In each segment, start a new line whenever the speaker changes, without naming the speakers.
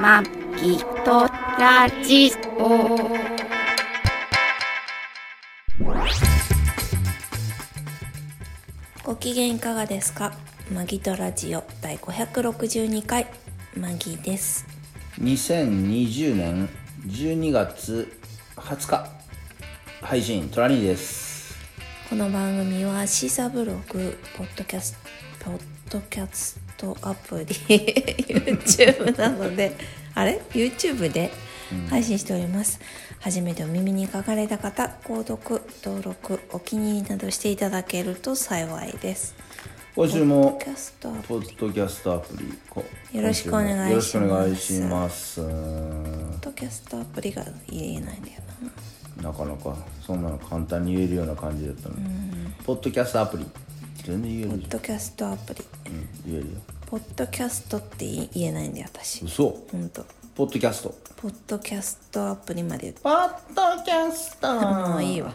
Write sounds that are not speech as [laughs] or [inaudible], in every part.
まきとラジオ。
ご機嫌いかがですかマギトラジオ第562回マギです
2020年12月20日配信トラニーです
この番組はシーサーブログポッドキャストポッドキャストアプリ [laughs] YouTube なのであれ YouTube で配信しております、初めてお耳に書かれた方購読登録お気に入りなどしていただけると幸いです
今週
ポ
も
ッドキャストアプ
ポッドキャストアプリこ
よろしくお願いします
よろしくお願いします
ポッドキャストアプリが言えないんだよな
なかなかそんなの簡単に言えるような感じだったのにポッドキャストアプリ全然言え
ポ
る
ッ
じ
ドキャストアプリ
ゃん、うん、言えるよ
ポッドキャストって言えないんだよ私
嘘
ほんと
ポッドキャスト
ポッドキャストアプリまで言って
ポッドキャスト
[laughs] もういいわ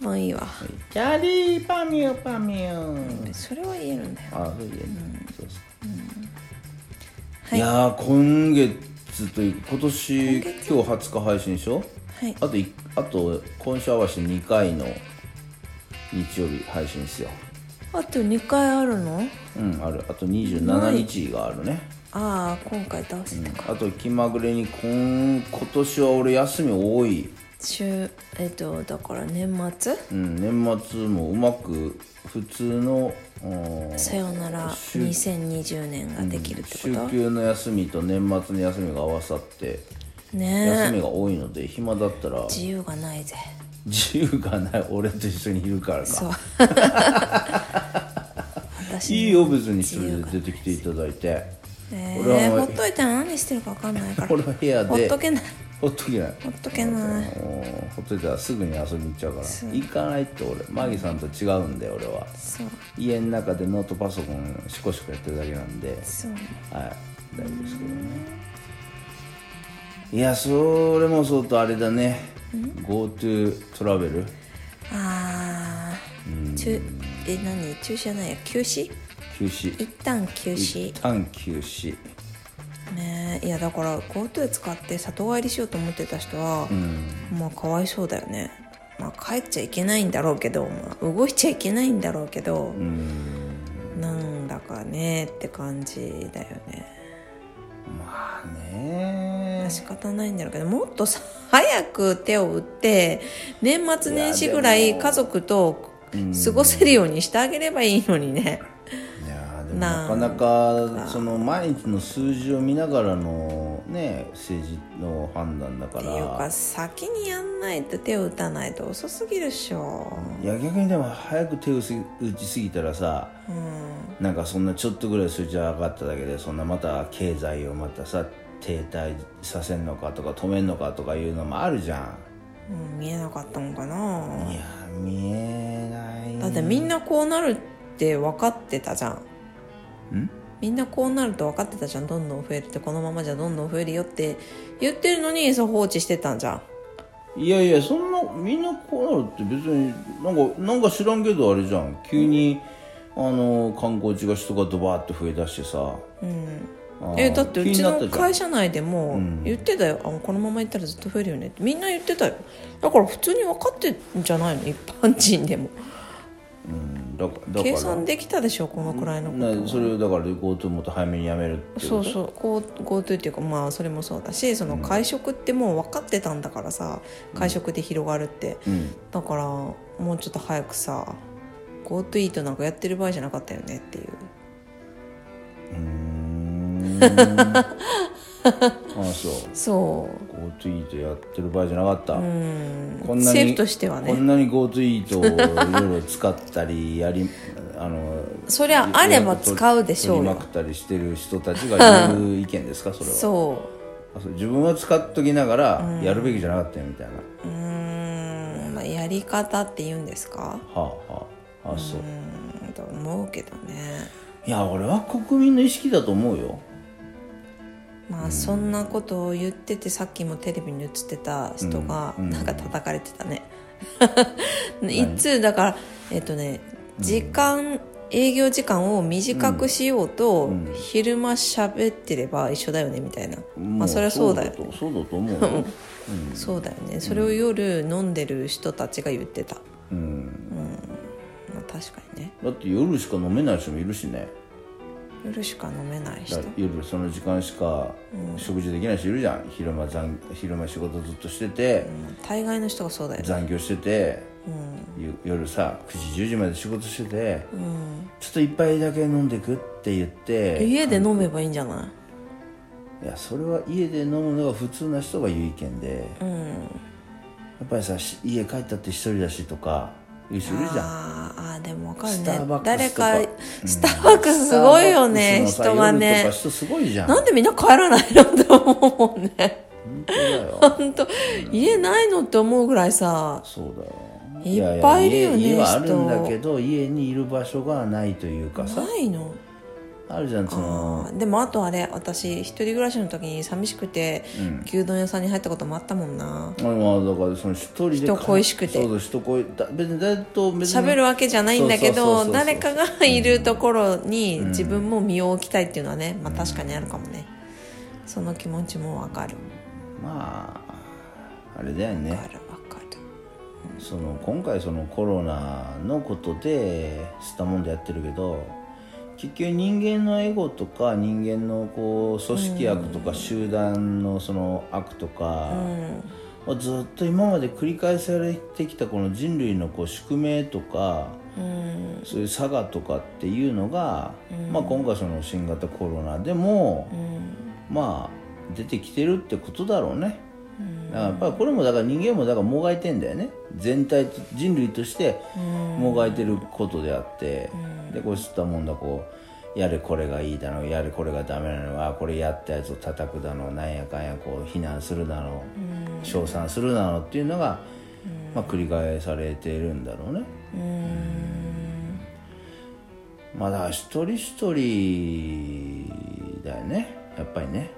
もういいわ
キャリーパミューパミュー
それは言えるんだよ
あそう言える、そうそう、
はいい
やー今月とい今年
今
今
月
日20日配信でしょ、
はい
あといあと今週合わせて2回の日曜日配信ですよ
あと2回あるの
うんあるあと27日があるね、
ああ今回出せたか、
あと気まぐれにこん今年は俺休み多い、
週えっとだから年末
うん、年末もうまく普通のうん
さよなら
週
2020年ができるって
週
こと、
休の休みと年末の休みが合わさって休
ねえ
みが多いので暇だったら
自由がないぜ
自由がない俺と一緒にいるから
そ
か
う私
[laughs] いいよ別にそれで出てきていただいて
え
俺
え
はも
ほ
う
っといたら何してるか分かんないから
俺は部屋で
ほっとけない
ほっとけない
ほっとけない
もうほっといたらすぐに遊びに行っちゃうから行かないって俺マギさんと違うんで俺は
そう
家の中でノートパソコンシコシコやってるだけなんで
そう
はい大丈夫ですけどねいやそれもそうとあれだね GoTo トラベル
ああ中え何中止じゃないや休止
休止
一旦休
一
止
旦休止
ねえいやだから GoTo 使って里帰りしようと思ってた人は、まあかわいそうだよねまあ帰っちゃいけないんだろうけど、まあ、動いちゃいけないんだろうけど、なんだかねって感じだよね
まあね
仕方ないんだろうけどもっとさ早く手を打って年末年始ぐら
いや
い
でも
家族と過ごせるようにしてあげればいいのにね
いやーでも
な
なんかなかその毎日の数字を見ながらのね政治の判断だか
っていうから先にやんないと手を打たないと遅すぎるっしょ
いや逆にでも早く手を打ちすぎたらさ、なんかそんなちょっとぐらい数字が上がっただけでそんなまた経済をまたさ停滞させんのかとか止めんのかとかいうのもあるじゃ
うん見えなかったのかなん
いやー見えない
だってみんなこうなるって分かってたじゃんみんなこうなると分かってたじゃんどんどん増えるってこのままじゃどんどん増えるよって言ってるのにそう放置してたんじゃん
いやいやそんなみんなこうなるって別になんかなんか知らんけどあれじゃん急に、あの観光地が人がドバーッと増えだしてさ、あー
えだってうち
気
の
になった
会
じ
社内でも言ってたよ、あこのまま行ったらずっと増えるよねってみんな言ってたよだから普通に分かってんじゃないの一般人でも
ゃん、うん、だかだから
計算できたでしょこのくらいのこと
なそれをだから GoTo もっと早めにやめるって
そうそうこう GoTo っていうかまあそれもそうだしその会食ってもう分かってたんだからさ会食で広がるって、
ん
だからもうちょっと早くさ GoTo イートなんかやってる場合じゃなかったよねっていう
ああそう
そ
GoTo イートやってる場合じゃなかったこ
うん
なに
政府としてはね
こんなに GoTo イートをいろいろ使ったりやり [laughs] あの
うそりゃあれば使うでしょう
取り
よ
まくったりしてる人たちが言う意見ですかそれは
そう
あそう自分は使っときながらやるべきじゃなかったよみたいな、
うーんまあやり方って言うんですか
はあはああそう、
うーんと思うけどね
いや俺は国民の意識だと思うよ
まあそんなことを言っててさっきもテレビに映ってた人がなんか叩 [laughs] かれてたねいつだからえっとね時間営業時間を短くしようと、
うんうん
昼間喋ってれば一緒だよねみたいな、
も
まあそれはそうだよ
とそうだと思う
[laughs]
よ、
そうだよねそれを夜飲んでる人たちが言ってた、
うん、
まあ、確かにね
だって夜しか飲めない人もいるしね
夜しか飲めない人
だから夜その時間しか食事できない人いるじゃん昼間残昼間仕事ずっとしてて、
大概の人がそうだよね
残業してて、ゆ夜さ9時10時まで仕事してて、ちょっと一杯だけ飲んでくって言って
家で飲めばいいんじゃない
いやそれは家で飲むのが普通な人が言う意見で、やっぱりさし家帰ったって一人だしとかいう人いるじゃん
あーあーでも分かる
スター
ね
バック
誰
スと
か
か
スターバックスすごいよね
スター
人
バ
が
ックスのさ夜と
ね
か人すごいじゃん
なんでみんな帰らないのって思うもん
[laughs]
ね
本当だよ
本当家ないのって思うぐらいさ
そうだよ
いっぱいいるよね
やや家家はある
人
んだけど家にいる場所がないというかさ
ないの
あるじゃんその
あーでもあとあれ私一人暮らしの時に寂しくて、牛丼屋さんに入ったこともあったもんな
あまあだからその一人で
人恋しくて
そうだ人恋だ別に誰と別に
喋るわけじゃないんだけ
そうそうそうそ
ど
う
誰かがいるところに自分も身を置きたいっていうのはね、まあ、確かにあるかもねその気持ちもわかる
まああれだよ
わ
ね
かるわかる
その今回そのコロナのことでしたもんでやってるけど結局人間のエゴとか人間のこう組織悪とか集団のその悪とかをずっと今まで繰り返されてきたこの人類のこう宿命とかそういう差がとかっていうのがまあ今回その新型コロナでもまあ出てきてるってことだろうね。だからやっぱりこれもだから人間もだからもがいてんだよね全体と人類としてもがいてることであってでこうしたもんだこうやれこれがいいだのやれこれがダメなのあこれやったやつを叩くだのなんやかんやこう非難するだの称賛するだのっていうのが、まあ、繰り返されてるんだろうね。まあだから一人一人だよねやっぱりね。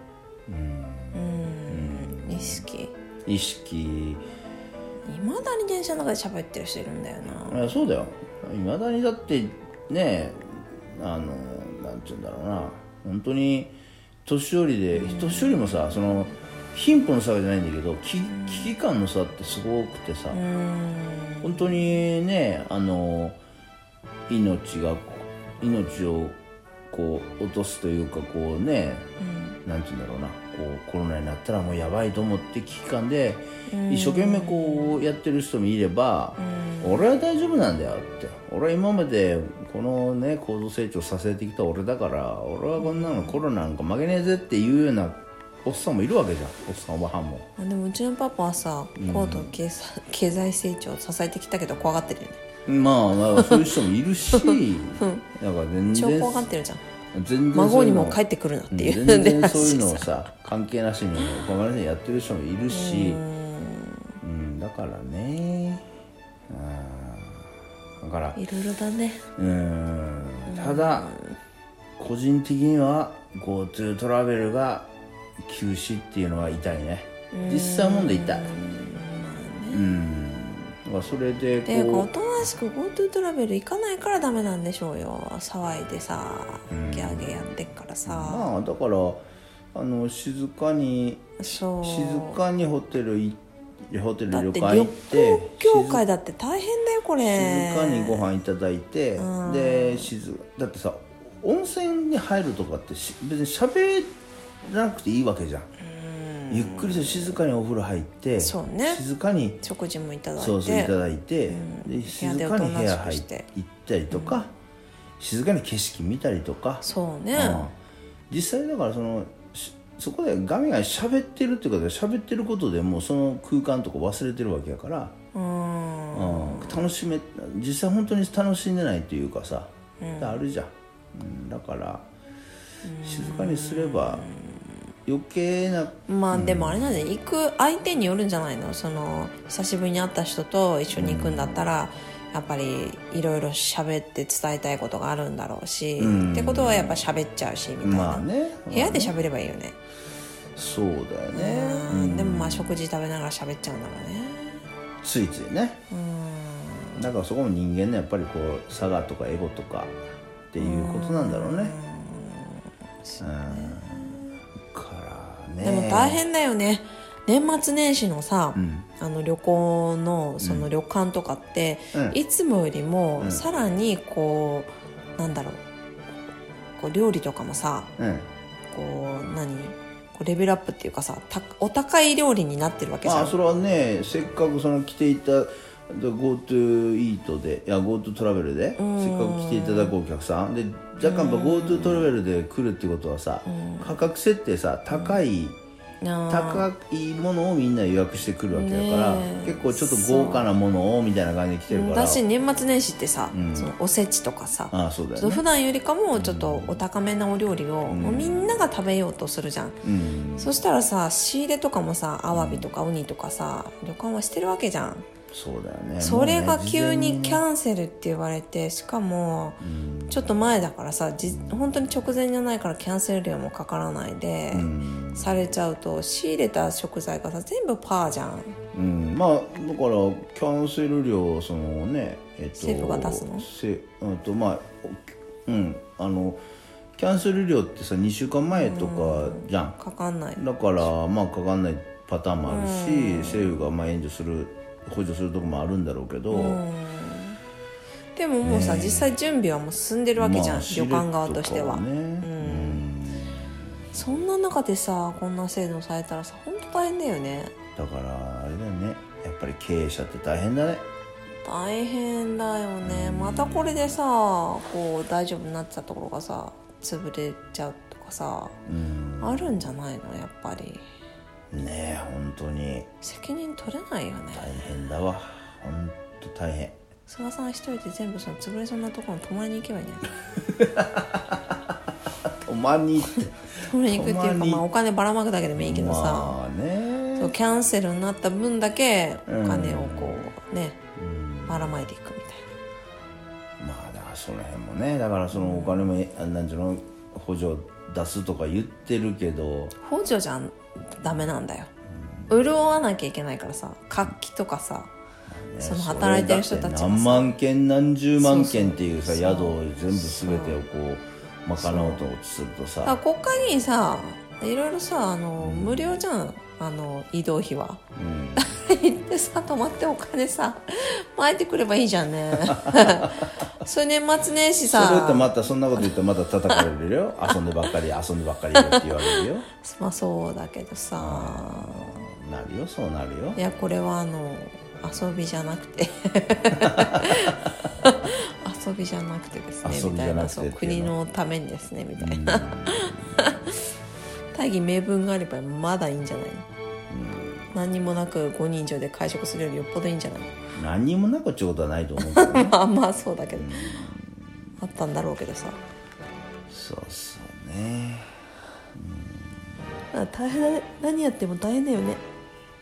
意識
意識
いまだに電車の中で喋ってる人いるんだよな
あそうだよいまだにだってねあのなんて言うんだろうな本当に年寄りで年寄りもさその貧富の差じゃないんだけどき危機感の差ってすごくてさ本当にねあの命がこう命をこう落とすというかこうね、なんて言うんだろうなこうコロナになったらもうやばいと思って危機感で一生懸命こうやってる人もいれば俺は大丈夫なんだよって俺は今までこのね高度成長させてきた俺だから俺はこんなのコロナなんか負けねえぜっていうようなおっさんもいるわけじゃんおっさんおばはんも
あでもうちのパパはさ高度経済経済成長を支えてきたけど怖がってるよね
まあまあそういう人もいるしなんか全
超
然
怖がってるじゃん
全然
孫
そうい
に
うの
も帰ってくるなっていう
全然
出
そういうのを
だし
さ関係なしにごめんなさいやってる人もいるしうんだからねうんだから
[laughs] いろいろだね
うんただ個人的には GoTo トラベルが休止っていうのは痛いね実際問題痛いうんだからそれで
ていうかお
こと
なしく GoTo トラベル行かないからダメなんでしょうよ騒いでさギャーギャーやってっから
う
さ
まあだからあの静かに
そう
静かにホテルいホテル
だっ
旅
て
館行
旅
って
行業界だって大変だよこれ
静かにご飯いただいて、で静だってさ温泉に入るとかってし別に喋らなくていいわけじゃん、ゆっくりと静かにお風呂入って
そうね
静かに
食事もいただいて
そうそういただいて、
うん
で静かに
部屋
部
でおと
屋
な
入
しく
っ
して
行ったりとか、静かに景色見たりとか
そうね
うん実際だからそのしそこでガミガミ喋ってるってことで喋ってることでもうその空間とか忘れてるわけやから、
うん
うん、楽しめ実際本当に楽しんでないというかさ、あるじゃん、うん、だから静かにすれば余計な
まあでもあれなんで行く相手によるんじゃないのその久しぶりに会った人と一緒に行くんだったら、やっぱりいろいろ喋って伝えたいことがあるんだろうし、ってことはやっぱ喋っちゃうしみたいな、
まあね
部屋で喋ればいいよね、
そうだよね、
うんでもまあ食事食べながら喋っちゃうんだろうね
ついついねだからそこも人間のやっぱりこう差がとかエゴとかっていうことなんだろうねうんからね
でも大変だよね年末年始のさ、
ん
あの旅行のその旅館とかって、
うん
いつもよりも
うん
さらにこうなんだろうこう料理とかもさ
うん
こう何こうレベルアップっていうかさたお高い料理になってるわけじゃ
まあ
ん
それはねせっかくその来ていた GoTo イートでいや GoTo トラベルでせっかく来ていただくお客さんで若干やっぱ GoTo トラベルで来るってことはさ価格設定さ高い
なあ
高いものをみんな予約してくるわけだから
ねえ
結構ちょっと豪華なものをみたいな感じで来てるから
だし年末年始ってさ、
ん
そのおせちとかさ
ああそうだ
ちょ
よ
っと
ね
普段よりかもちょっとお高めなお料理を、もうみんなが食べようとするじゃん、
うん
そしたらさ仕入れとかもさアワビとかウニとかさ旅館はしてるわけじゃん
そうだよね
それが
もうね
急にキ
事前
ャンセルって言われてしかも
うん
ちょっと前だからさじ本当に直前じゃないからキャンセル料もかからないで、
うん
されちゃうと仕入れた食材がさ全部パーじゃん
うん、まあだからキャンセル料そのねえっと
政府が出すの
せうんとまあおうんあのキャンセル料ってさ2週間前とかじゃん、
かかんない
だからまあかかんないパターンもあるし、政府がまあ援助する補助するとこもあるんだろうけど、
でももうさ、実際準備はもう進んでるわけじゃん、
まあ
旅館側としては、
知れとかねうん
そんな中でさこんな制度されたらさ本当大変だよね
だからあれだよねやっぱり経営者って大変だね
大変だよねまたこれでさこう大丈夫になってたところがさ潰れちゃうとかさ
うん
あるんじゃないのやっぱり
ねえ本当に
責任取れないよね
大変だわ本当大変
菅さん一人で全部その潰れそうなところに泊まりに行けばいいんじゃ
[laughs]
ない
お前にって
泊まりに行くっていう
泊ま
か、
り
まあ、お金ばらまくだけでもいいけどさ、
まあね
そうキャンセルになった分だけお金をこうね
うん
ばらまいていくみたい
まあだからその辺もねだからそのお金もあなんていうの補助出すとか言ってるけど
な補助じゃんダメなんだよ潤わなきゃいけないからさ活気とかさ
ね
その働いてる人たちが
そ
さ
れだって何万件何十万件っていうさ
そうそう
宿を全部全てをこう賄おうとすると
だから
さ
国会議員さいろいろさあの無料じゃんあの移動費は
うん
行ってさ泊まってお金さ巻いてくればいいじゃん
[laughs]
ねそれ年末年始
それだって
さ
またそんなこと言ったらまた叩かれ
[laughs]
るよ遊んでばっかり遊んでばっかりよって言われるよ
まあそうだけどさ
なるよそうなるよ
いやこれはあの遊びじゃなく
[laughs]
て遊びじゃなくてですね
遊び
み
じ
た
ゃ
いな
なくて
そう
っていう
国
の
のためにですねみたいな、大義名分があればまだいいんじゃないの、何にもなく5人以上で会食するよりよっぽどいいんじゃない [laughs] の
何にもなくっちゅうことはないと思うけ
[laughs]
ど
まあまあそうだけど、あったんだろうけどさ
そうそうね
まあ大変だね何やっても大変だよね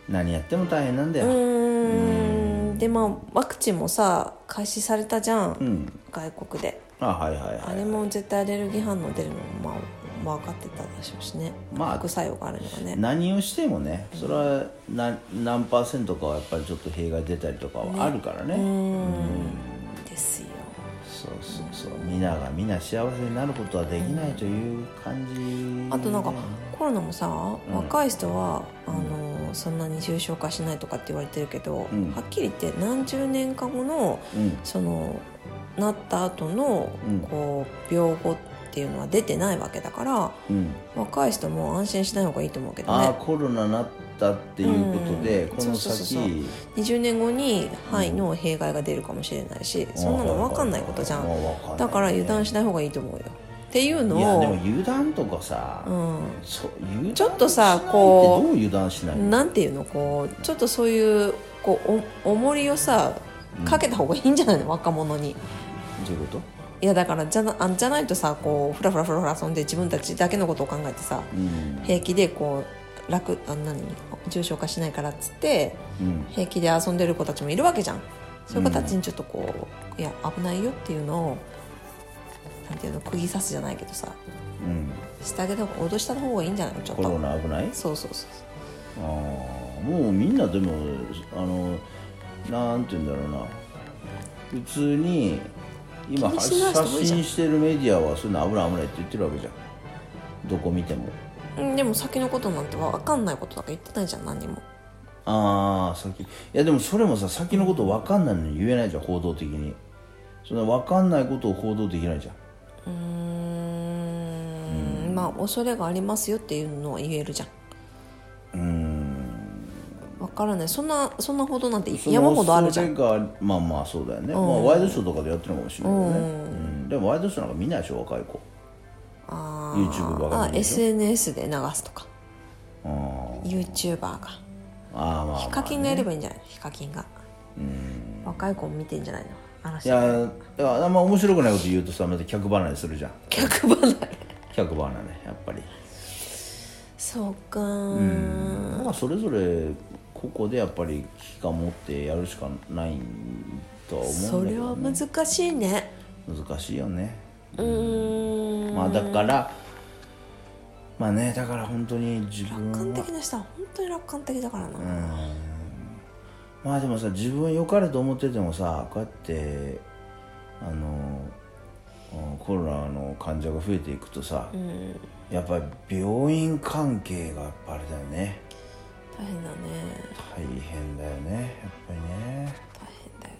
何やっても大変なんだ
う
よ
ーんでまあワクチンもさ開始されたじゃん、
うん
外国で
あはいはい
あ
はい
れも絶対アレルギー反応出るのも、まあ、分かってたでしょうしね、
まあ
副作用があるのがね
何をしてもねそれは何何パーセントかはやっぱりちょっと弊害出たりとかはあるからね
ですよ
そうそうそう皆が皆幸せになることはできないという感じ
あとなんかコロナもさ、若い人はあのそんなに重症化しないとかって言われてるけど、
ん
はっきり言って何十年か後の
うん
そのなった後の、
うん
こう病後っていうのは出てないわけだから
うん
若い人も安心しない方がいいと思うけど
ああ
ね
コロナなったっていうことで、
うん
この
そうそうそうそう
先
20年後に肺の弊害が出るかもしれないし、そんなの分かんないことじゃん
あーわかんない
だから油断しない方がいいと思うよっていうの
いやでも
を、
油断とかさ、
う
そう油断
ちょっとさ
しないて
こう
どう油断しない
ん、なんていうのこうちょっとそういうこうお重りをさかけた方がいいんじゃないの若者に
どういうこと
いやだからじゃなあじゃないとさこうフラフラフラフラ遊んで自分たちだけのことを考えてさ
うん
平気でこう楽あ何重症化しないからっつって
うん
平気で遊んでる子たちもいるわけじゃんそういう子たちにちょっとこういや危ないよっていうのをなんていうの釘刺すじゃないけどさ
うん
してあげた方が脅した方がいいんじゃないのちょっ
コロ
と
ナ危ない
そうそうそう
あーもうみんなでもあのなんて言うんだろうな普通に今
気にし
発
ない人多いじゃん
信してるメディアはそういうの危ない危ないって言ってるわけじゃんどこ見ても
うんでも先のことなんて分かんないことなんか言ってないじゃん何にも
ああ先いやでもそれもさ先のこと分かんないのに言えないじゃん報道的にその分かんないことを報道できないじゃん
うーんまあ恐れがありますよっていうのは言えるじゃんうん分からないそんなそんなほどなんて
その
山ほどあるじゃん
それがまあまあそうだよね、まあ、ワイドショーとかでやってるのかもしれないけどね、うんでもワイドショーなんか見ないでしょ若い子
あ
YouTube ばか
あ
り見るでしょ
SNS で流すとか
あー
YouTuber が
あーまあまあ
ヒカキンがやればいいんじゃないヒカキンが若い子も見てんじゃないの
い
嵐
やいやあんま面白くないこと言うとさまた客離れするじゃん
客離れ
客離れやっぱり
そうか
まあそれぞれ個々でやっぱり危機感持ってやるしかないとは思う
そ
んだけ
れは
ど
難しいね
難しいよね
うーん
まあだからまあねだから本当に自分
楽観
は
的な人は本当に楽観的だからな、
まあでもさ自分良かれと思っててもさこうやってあのうんコロナの患者が増えていくとさ、やっぱり病院関係がやっぱあれだよね
大変だね
大変だよねやっぱりね
大変だよ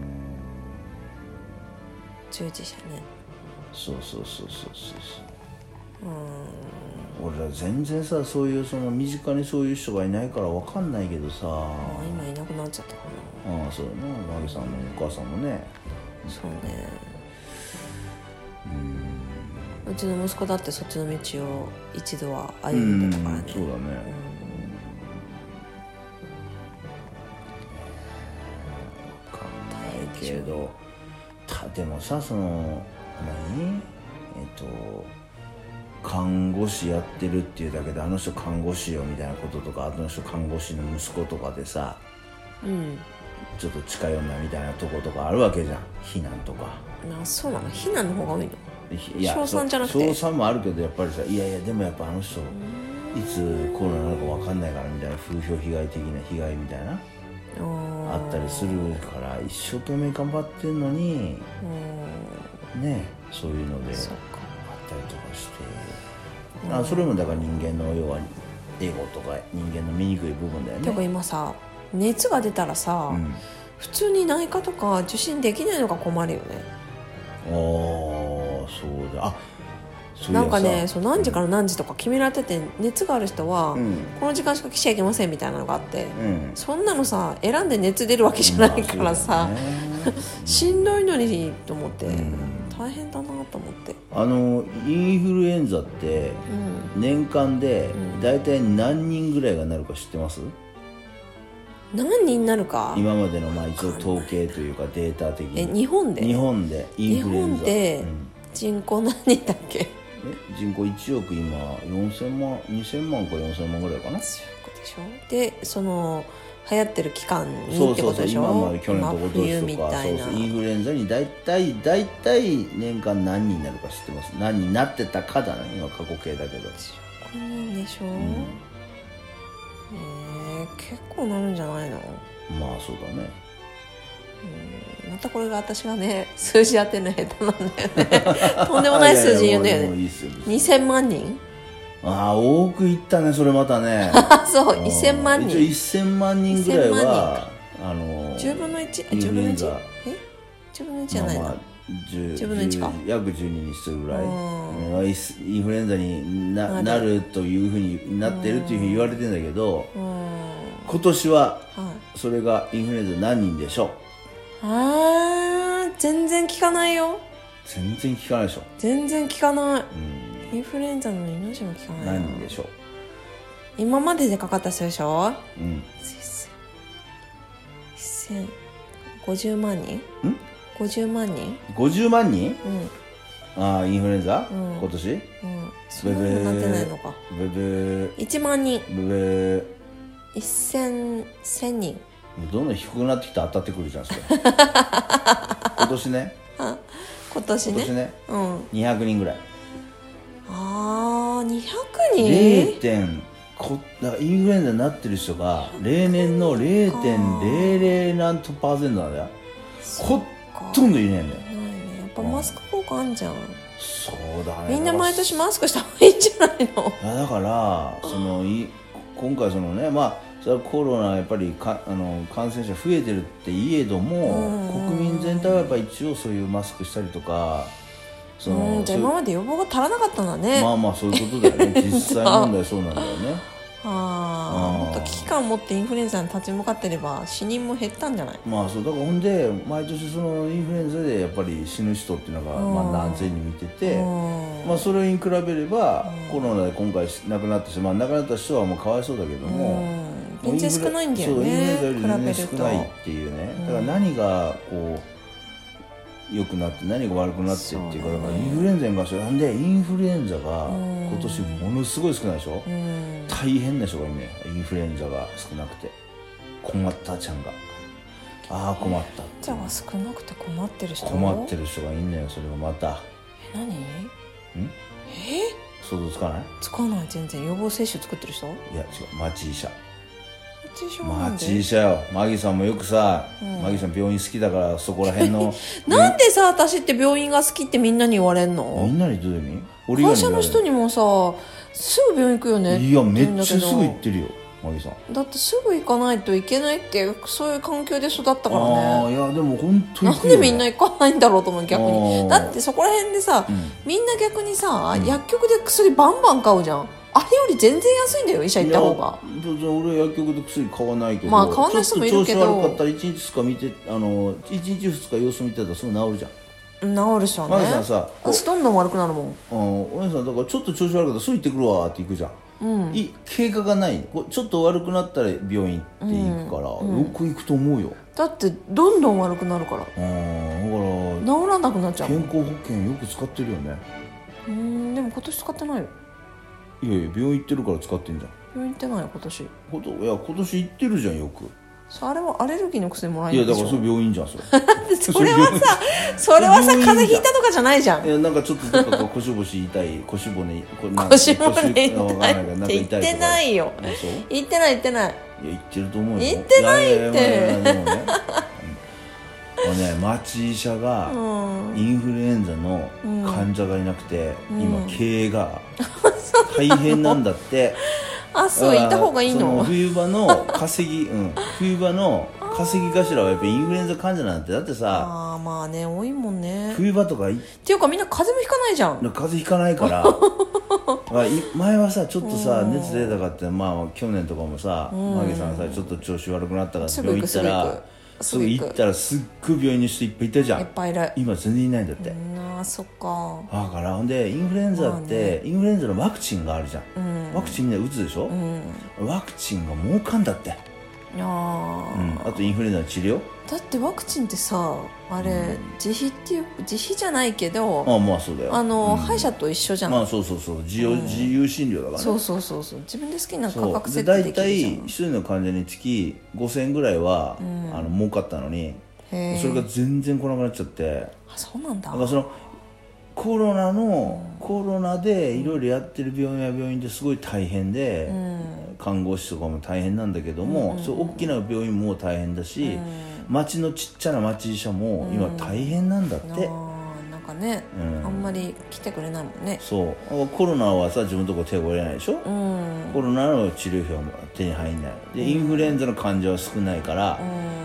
ね従事者ね
そうそうそうそうそうそう俺ら全然さそういうその身近にそういう人がいないからわかんないけどさ、
あ今いなくなっちゃったか
ああそうだなマギさんのお母さんもね
なそうねうちの息子だってそっちの道を一度は歩んでたからね
そうだね、けどたでもさその何えっと看護師やってるっていうだけであの人看護師よみたいなこととかあの人看護師の息子とかでさ
うん
ちょっと近寄んなみたいなとことかあるわけじゃん避難とか
なそうなの避難の方が多いの
いや
称賛じゃなくて
そう称賛もあるけどやっぱりさいやいやでもやっぱあの人いつコロナなのかわかんないからみたいな風評被害的な被害みたいな
あ
あったりするから一生懸命頑張ってんのに
ーうん
ねそういうのであっ
そっか
たりとかしてあそれもだから人間の要はエゴとか人間の醜い部分だよ
てか
ね
今さ熱が出たらさ、
うん
普通に内科とか受診できないのが困るよね
ああそうだあそういえばさ
なんかねそう何時から何時とか決められてて熱がある人は、
うん
この時間しか来ちゃいけませんみたいなのがあって、
うん
そんなのさ選んで熱出るわけじゃないからさ、
まあそうだよね
しんどいのにと思って、大変だなと思って
あのインフルエンザって年間で大体何人ぐらいがなるか知ってます、
何人になるか
今までのまあ一応統計というかデータ的に
え日本で
日本でインフルエンザ
日本で
うん
人口何人だっけ
え人口1億今4000万2000万か4000万ぐらいかな
そういうことでしょでその流行ってる期間に
そう
って
そ
こ
う
と
そう
でしょ
今まで去年とか
真
今年
冬み
とか
たいな
そうそうインフルエンザに大体大体年間何人になるか知ってます何人になってたかだな今過去形だけど
こんなんでしょ、えー結構なるんじゃないの
まあそうだね
またこれが私がね [laughs] 数字当てるの下手なんだよ
[laughs]
ねとんでもない数字言うんだ
いやいや
よ
もう
ね
いいっすよ別に
2000万人
ああ多くいったねそれまたね
[laughs] あそう1000万
一応
人
1000万人ぐらいはあの
10分の1
インフルエンザ
1え10分の1じゃない
まあ
な
まあ10
10分の1か
10約12にするぐらい、
うん
うんイスインフルエンザになな
な
るというふうになってるというふうに言われてんだけど、
うーん
今年は
はい
それがインフルエンザ何人でしょう
あー全然聞かないよ
全然聞かないでしょ、
全然聞かな
うん、
いインフルエンザの命も聞かない
何
な
人でしょ
今まででかかった人でしょ
う、うん、
1050万人
ん
50万人
50万人
うん
ああインフルエンザ、
うん
今年
うんそんなことなってないのか
ブブー
1万人
ブブー
1000 1000人
どんどん低くなってきて当たってくるじ
[laughs]
ゃんそれ今年ね
今年
今
ね
年ね
うん
200人ぐらい
あー200
0
人
点こだからインフルエンザになってる人が例年の0.00何とパーセントなんだよほっとんどいないんだよ
なぱマスク効果あんじゃん、
そうだね
みんな毎
だか
年マスクした方がいいんじゃないの
らいやだからそのい今回そのねまあそれはコロナやっぱりかあの感染者増えてるっていえども国民全体はやっぱ一応そういうマスクしたりとかその
うんじゃあ
そう
今まで予防が足らなかったんだね、
まあまあそういうことだ
[laughs]
よね実際問題そうなんだよね
ああも
あー
っと危機感を持ってインフルエンザに立ち向かってれば死人も減ったんじゃない
まあそうだからほんで毎年そのインフルエンザでやっぱり死ぬ人っていうのがまあ何千人見てて
うん
まあそれに比べればコロナで今回亡くなった人まあ亡くなった人はもうかわいそうだけども
うん全然少ないんだよ
そうインフルエ
ね
ンザより全然
比
少
べると
ないっていうねだから何がこう良くなって何が悪くなってっていうか
そうだね
だからインフルエンザに関してはなんでインフルエンザが今年ものすごい少ないでしょ
うん
大変な人がいるねインフルエンザが少なくて困ったちゃんがああ困ったって
じゃあ少なくて困ってる人
困ってる人がいんのよそれがまた
え何
想像つかない
つかない全然予防接種作ってる人
いや違う町医者
町医者なん
町医
で
者よマギさんもよくさ、マギさん病院好きだからそこら
[laughs]
辺の
なんでさ私って病院が好きってみんなに言われん
み
の
んなにどういう意味俺以外
会社の人
に
にもさすぐ病院行くよね
言われるいや
言うんだ
め
け
っちゃ
ど
すぐ行ってるよマギさん
だってすぐ行かないといけないっていうそういう環境で育ったか
あ
ら
あ
ね
いやでも本当に
なんでみんな行かないんだろうと思う逆
あー
にだってそこら辺でさ、
ん
みんな逆にさ、薬局で薬バンバン買うじゃんあれより全然安いんだよ医者行った方が
いや別に俺は薬局で薬買わないけど
まあ買わない人もいるけど
ちょっと調子悪かったら1日2日見てあの1日2日様子見てたらすぐ治るじゃん
治るしはね
マリさんさこう
私どんどん悪くなるもん
うんお姉さんだからちょっと調子悪かったらすぐ行ってくるわって行くじゃん、い経過がないこうちょっと悪くなったら病院って行くから、よく行くと思うよ
だってどんどん悪くなるから
うんだか
治らなくなっちゃ
ら
うもん
健康保険よく使ってるよね
うーんでも今年使ってないよ
いやいや病院行ってるから使ってんじゃん
病院行ってないよ今年
こといや今年行ってるじゃんよく
そうあれはアレルギーの薬もらえ
い
る
や
んで
だ
し
か
ょ
らそれ病院じゃんそれ
[laughs] それはさそれはさ
それ病院
風邪ひいたとかじゃないじゃん
いやなんかちょっとどっかこう腰腰痛い腰骨これなんか
腰もね
腰わかんないけどなん
痛
か
いって言ってないよ
痛いとかそう
行ってない行ってない
いや言ってると思うよ
言ってないって
やややでもねうんもうね町医者がインフルエンザの患者がいなくて、今経営が大変なんだって
あそう行った方がいい
そ
の
冬場の稼ぎ、うん、冬場の稼ぎ頭はやっぱインフルエンザ患者なんてだってさ
ああまあね多いもんね
冬場とかい
っていうかみんな風邪もひかないじゃん
風邪ひかないから
[laughs]
あい前はさちょっとさ熱出たかって、まあ、去年とかもさマゲさんさちょっと調子悪くなったから
すぐ
病
行
院
く
行ったらす
す
ぐ
ぐ行く
行ったらすっごい病院にしていっぱいいたじゃ
いっ
ん
ぱいいる
今全然いないんだって、
うんあーそっか
だからほんでインフルエンザって、インフルエンザのワクチンがあるじゃん、ワクチンみんな打つでしょ、ワクチンが儲かんだって、
いやー
うんあとインフルエンザの治療
だってワクチンってさあれ自費っていう自費じゃないけど
あまあそうだよ
あの歯医者と一緒じゃ
ま
ない
あそうそうそう自由,、自由診療だからね
そうそうそうそう自分で好きな
そ
価
う
格
で
設定
大
できるじゃ
体1
ん
人の患者につき5000円ぐらいは、あの儲かったのに
へー
それが全然来なくなっちゃって
あそうなんだ
なんかそのコロナの、コロナでいろいろやってる病院は病院ですごい大変で、看護師とかも大変なんだけども、そう大きな病院も大変だし、町のちっちゃな町医者も今大変なんだって、
あーなんかねあんまり来てくれないもんね
そうコロナはさ自分のとこ手を入れないでしょ、
うん
コロナの治療費は手に入んないでインフルエンザの患者は少ないから、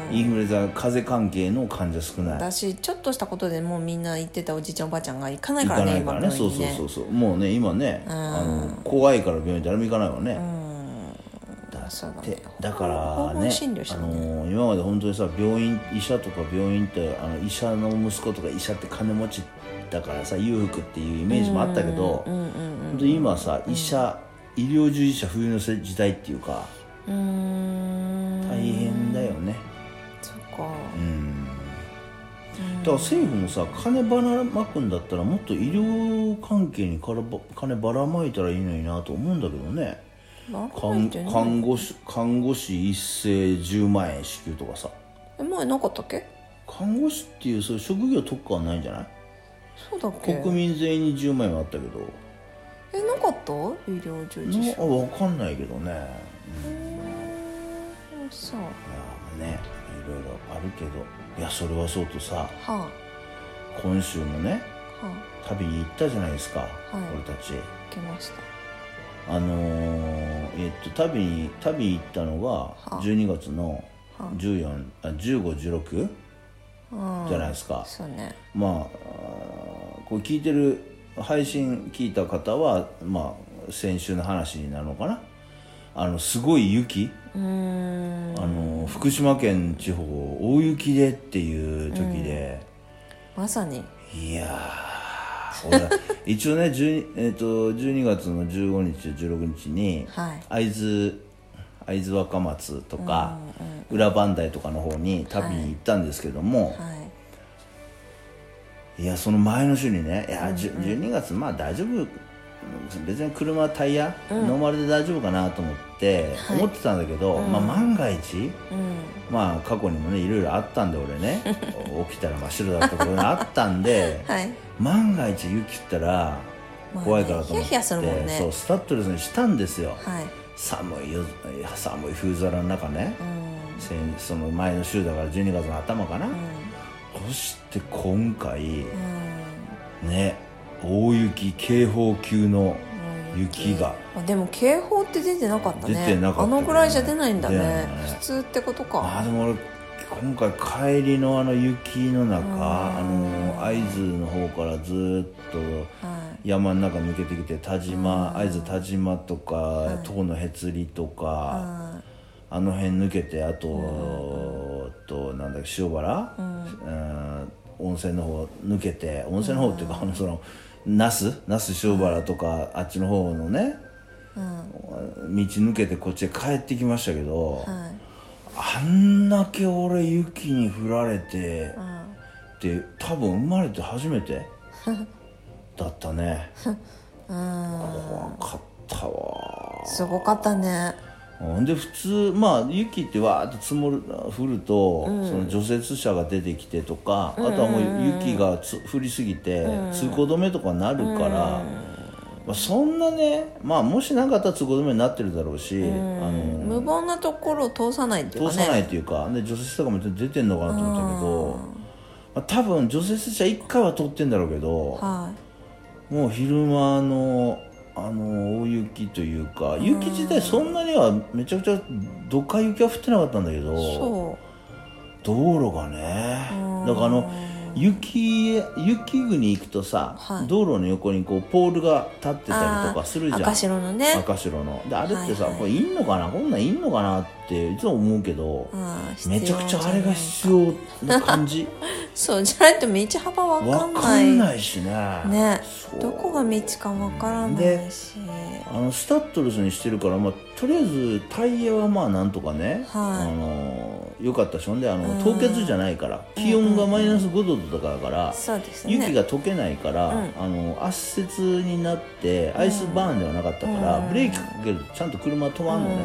インフルエンザ風邪関係の患者少ない
だしちょっとしたことでもうみんな行ってたおじいちゃんおばあちゃんが行かない
行
から
か
ね
ないからね
今
そう
病院
そう
ね
そうそうもうね今ね、あの怖いから病院誰も行かないわね、だ
そうだ
っ
ね
てだから
訪問
ね
診療し
あ
たのね
の今まで本当にさ病院医者とか病院ってあの医者の息子とか医者って金持ちだからさ裕福っていうイメージもあったけど本当に今さ医者、医療従事者冬の時代っていうか
うーん
大変だよね、
そっか
だから政府もさ金ばらまくんだったらもっと医療関係にからば金ばらまいたらいいのになと思うんだけどね
なんか入
看
ってんの
看護師看護師一斉10万円支給とかさ
え前なかったっけ
看護師っていうそういう職業特化はないんじゃない
そうだっけ
国民全員に10万円はあったけど
えなかった医療従事者
あ分かんないけどね、
そう
うん、いやねいろいろあるけどいやそれはそうとさ
はあ
今週もね
は
旅に行ったじゃないですか、
い
俺たち
あ来ました
あのーえっと旅に旅行ったのが12月の14あ1516じゃないですか、
そうね
まああーこう聞いてる配信聞いた方は、まあ、先週の話になるのかなあのすごい雪
うーん
あの福島県地方大雪でっていう時で、
まさに
いやー
[laughs]
俺一応ね 12,、えっと12月の15日16日に、
はい
会津会津若松とか、裏磐梯とかの方に旅に行ったんですけども、
はい
いやその前の週にねいや、じゅ12月まあ大丈夫別に車タイヤ、ノーマルで大丈夫かなと思って、思ってたんだけど、まあ、万が一、まあ過去にもねいろいろあったんで俺
[laughs]
ね起きたら真っ白だったことがあったんで、
はい
万が一雪降ったら
まあね
怖いからと思って、
ヒヤヒヤするもんね
そうスタッドレスにしたんですよ、
はい
寒いよいや寒い冬空の中ね、先その前の週だから12月の頭かな、そして今回、ね大雪警報級の雪が
あでも警報って出てなかったね
出てなかったね
あのぐらいじゃ出ないんだね
出ないね
普通ってこと
あー
か
でも俺今回帰りのあの雪の中あの会津の方からずーっと山の中抜けてきて田島会津田島とか塔のへつりとかあの辺抜けてあととなんだっけ塩原うん温泉の方抜けて温泉の方っていうかあのその那須那須塩原とかあっちの方のね道抜けてこっちへ帰ってきましたけど、あんだけ俺雪に降られて、で多分生まれて初め [laughs] てだった [laughs] ね怖かったわ
すごかったね
ほんで普通まあ雪ってわーって積もる降ると、その除雪車が出てきてとか、あとはもう雪がつ降りすぎて、通行止めとかなるから、まあ、そんなねまあもしなかったら通行止めになってるだろうし、あの
無謀なところを通さないっていう
通
か
さ
ね
ないというか、で除雪とかも出てんのかなと思ったけど、まあ、多分除雪車1回は通ってんだろうけど、
は
もう昼間のあの大雪というか雪自体そんなにはめちゃくちゃどっか雪は降ってなかったんだけど
いそ
道路がねだからあの雪雪国行くとさ、
はい
道路の横にこうポールが立ってたりとかする
う
じゃん
赤白のね
赤白のであれってさ、
はいはい
これいんのかなこんなんいんのかなっていつも思うけど、
あー
めちゃくちゃあれが
必
必要な感じ
要そうじゃないと道幅わか
[laughs] わ
ん
か
ない
んないしね
ね
そう
どこが道かわからないし
あのスタッドレスにしてるから、まあ、とりあえずタイヤはまあなんとかね、
はい
あのよかったしほんであの凍結じゃないから気温がマイナス5度とかだから、
そうですね
雪が溶けないから、あの圧雪になってアイスバーンではなかったから、ブレーキかけるとちゃんと車止まんのね、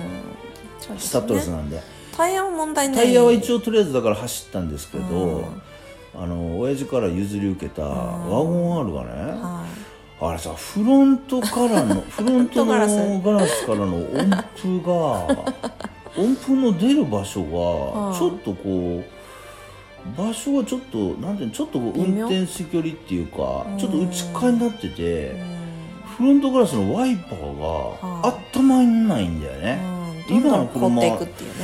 そうですね
スタッドレスなんで。
タイヤは問題ない
タイヤは
応
一応とりあえずだから走ったんですけど、あの親父から譲り受けたワゴン R がね、あれさフロントからの [laughs] フロントのガ
ガ
ラ
ラ
ス
ス
からの音符 [laughs] が音符の出る場所がちょっとこう場所がちょっとなんていうのちょっとこう
微
運
妙
転席寄りっていうかちょっと内側になってて。フロントガラスのワイパーがあったまんないんだよね、
どんどん凍っていくっていうね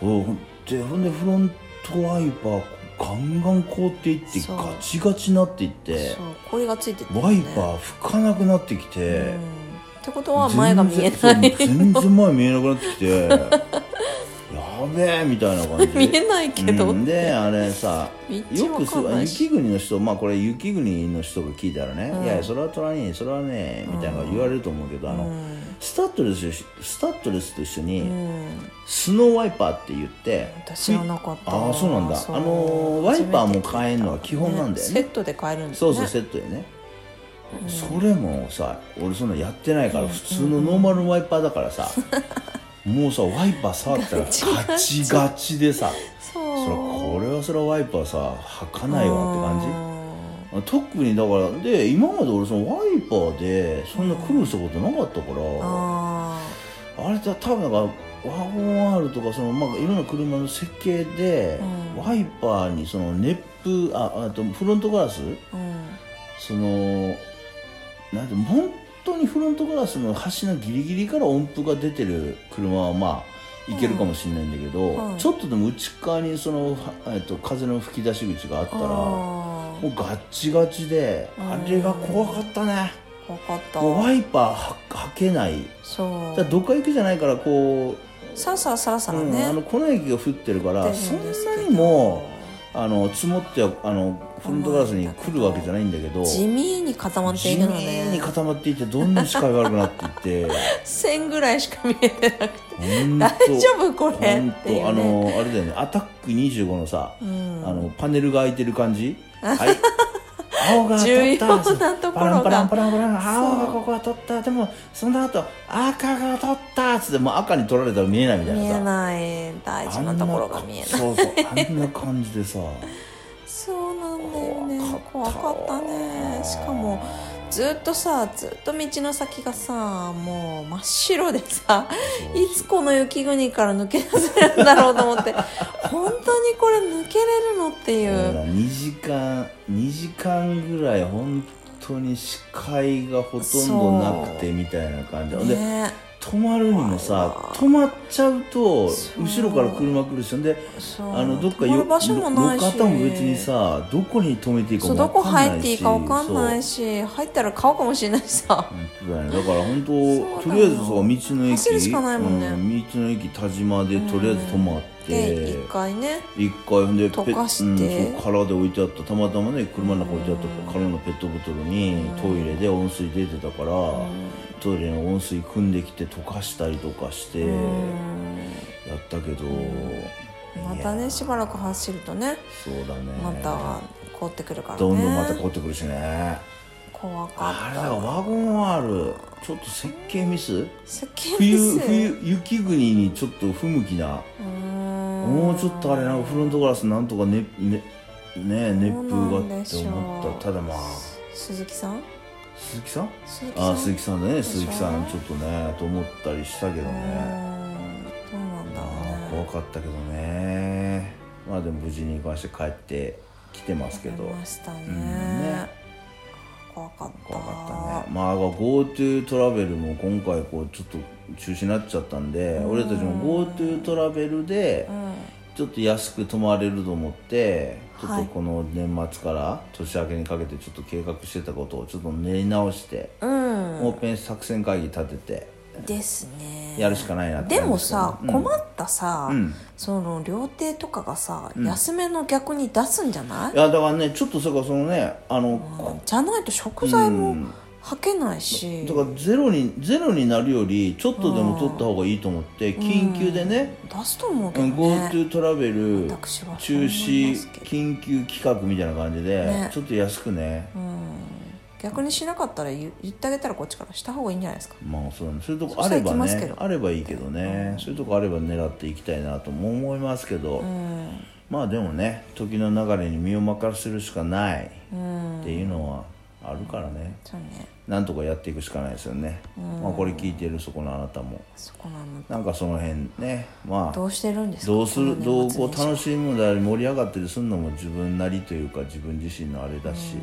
うんでほんでフロントワイパーガンガン凍っていって
そう
ガチガチになっていって
そう氷がついてて、ね、
ワイパー吹かなくなってきて
うん、ってことは前が見え
全
ない
然そう全然前見えなくなってきて [laughs] やべえみたいな感じ
[laughs] 見えないけど、
うん、であれさ
道
よくす
わかんないし
雪国の人まあこれ雪国の人が聞いたらね、いやいやそれは取らねえそれはねみたいなの言われると思うけど、あのスタッドレスと一緒スタッドレスと一緒に、スノーワイパーって言って
私知らなかった
ああそうなんだ
そ
あ
う
のワイパーも買えるのは基本なんだよ
セ
ね
ットで買えるんです
そ
ね
うそうセットでね、それもさ俺そんなやってないから普通のノーマルワイパーだからさ、もうさワイパー触ったらガチガチでさそ
そう
れこれはそれはワイパーさはかないわって感じ特にだからで今まで俺そのワイパーでそんな苦労したことなかったから、
あ
あれだ多分なんかワゴン R とかその、まあ、いろんな車の設計で、ワイパーにその熱風ああとフロントガラス
うん
そのなんて本当にフロントガラスの端のギリギリから音符が出てる車はまあいけるかもしれないんだけど、
うん
ちょっとでも内側にその、はえっと、風の吹き出し口があったらも
あ
うガッチガチであれが怖かったね
ーわかった
もうワイパーははけない
そ
だから
う
どっか行くじゃないからこ
さらさらさらさ
う、
ら
うん、あの
ね、
粉雪が降ってるから
出
そ
るんです
ん
けど
なにもあの積もってあのフロントガラスに来るわけじゃないんだけど
地味に固まってい
地
るの
味に
ね
固まっていてどんどん視界悪くなって
[laughs]
いって
線ぐらいしか見えてなくて
本
大
当
丈夫これっていう
本
ね
当あのあれだよねアタック25のさ、あのパネルが開いてる
[laughs]
感じはい青が取っ
重
た
要なところが
パランパランパランパラン青がここは取ったでもその後赤が取ったっつってもう赤に取られたら見えないみたいな
見
さ
えない大事なところが見えない
そうそうあんな感じ
[laughs]
でさ
そうなんだよね怖
怖
か
かった
ったねしかもずっとさずっと道の先がさもう真っ白でさ
そう
いつこの雪国から抜け出せるんだろうと思って本当にこれ抜けれるのってい
ほ
う
ら2時間2時間ぐらい本当に視界がほとんどなくてみたいな感じで、で
ね
止まるにもさ止まっちゃうと
そう
後ろから車来るしほんで
そう
あのどっか
泊ま
よ
る場所もないし
路路肩も別にさどこに止めていいか
そう
も
どこ
わかんな
入
いし
っていいか分かんない
し
し入ったら買おうかもしれないしさ
だねだから本
そうなの
当とりあえずさ道の駅
走るしかないもんね
うん道の駅田島でとりあえず止まって、
で一回ね
一回ほんで
溶かして
うんそう空で置いてあったたまたまね車の中置いてあった空のペットボトルにトイレで温水出てたから、トイレの温水汲んできて溶かしたりとかしてやったけど、
また
いや
ねしばらく走るとね
そうだね
また凍ってくるからね
どんどんまた凍ってくるしね
怖
あ
かっ
れだ
た
からワゴン R ちょっと設計ミス
すっげえミ
冬
ス
冬雪国にちょっと不向きな
うーん
もうちょっとあれなんかフロントガラスなんとかねねね熱
そう
風が
なん
っ
で
て
しょう
思ったただまあ
鈴木さん
鈴木さん
鈴木さん
あ鈴木さんだね
しょ
鈴木さんちょっとねと思ったりしたけど
う
ね
ーんどうなんだろ
あー
う
怖
ね
かったけどねまあでも無事に行かして帰ってきてますけど
ありましたね,、
うんね
怖かった
怖かったねまあ GoTo トラベルも今回こうちょっと中止になっちゃったんで俺たちも GoTo トラベルでちょっと安く泊まれると思ってちょっ
は
と
い
この年末から年明けにかけてちょっと計画してたことをちょっと練り直して
うん、
オープン作戦会議立てて
ですね
やるしかないなって
で
感じ
も
す
さ、
よねうん
困ったさ、
うん
その料亭とかがさ、安めの逆に出すんじゃない
いやだからねちょっとそれからそのねあのこ
じゃないと食材
う
も
ん
はけないし、
だからゼロにゼロになるよりちょっとでも取った方がいいと思って緊急でね
出すと思うけど
うん
ね、
GoTo トラベル
私はそう思
中
い
止
ますけど
緊急企画みたいな感じで
ね
ちょっと安くね
逆にしなかったら言言ってあげたらこっちからした方がいいんじゃないですか
まあそうねそういうと
そ
こ
し
あ
たら
れ
行き
ば
ますけ
ね
ど
あればいいけどねそういうとこあれば狙っていきたいなとも思いますけどまあでもね時の流れに身を任せるしかないっていうのはあるからね
そうね
なんとかやっていくしかないですよね、まあ、これ聞いてるそこのあなたも
そこなの
なんかその辺ねま
ど
あ
うしてるんですか
どうするどうこう
し
楽しむだり盛り上がったりするのも自分なりというか自分自身のあれだし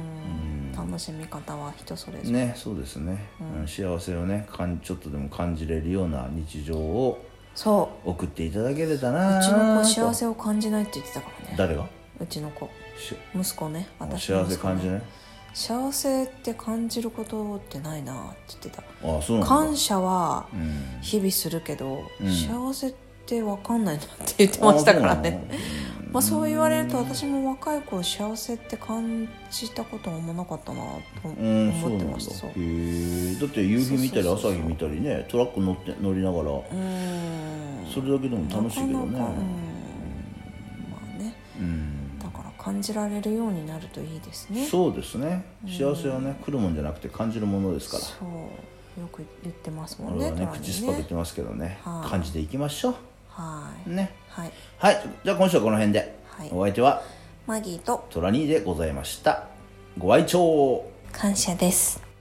楽しみ方は人それぞ
うん
れ、
ねそうですね、うん幸せをねかんちょっとでも感じれるような日常を
そう
送っていただけれた
う
な
ちの子幸
せ
せを感じないって言ってたからね
誰が
うちの子
し
息子ね私の
幸せ
息子ね
感じない
幸せって感じることってないなって言ってた
ああそうなんだ
感謝は
うん
日々するけど、
うん
幸せって分かんないなって言ってましたからね
あそうなの
まあ、そう言われると私も若い頃幸せって感じたこともなかったなと
うん、そ
思
う
っ
な
て
んだ
ましたそう
へえだって夕日見たり
そうそうそ
朝
うそう
日見たりねトラック乗って乗りながら
うん
それだけでも楽しいけ
なかなか
どね
うんまあね
うん
だから感じられるようになるといいですねそう
そうですね幸せはね来るもんじゃなくて感じるものですから
よく言ってますもん
俺
ね
はね
トラに
口酸っぱく言ってますけどね
はい
感じていきましょ
は
う
い、
ね
はい、
はいじゃあ今週はこの辺で
はい
お相手は
マギーと
トラニーでございましたご愛聴
感謝です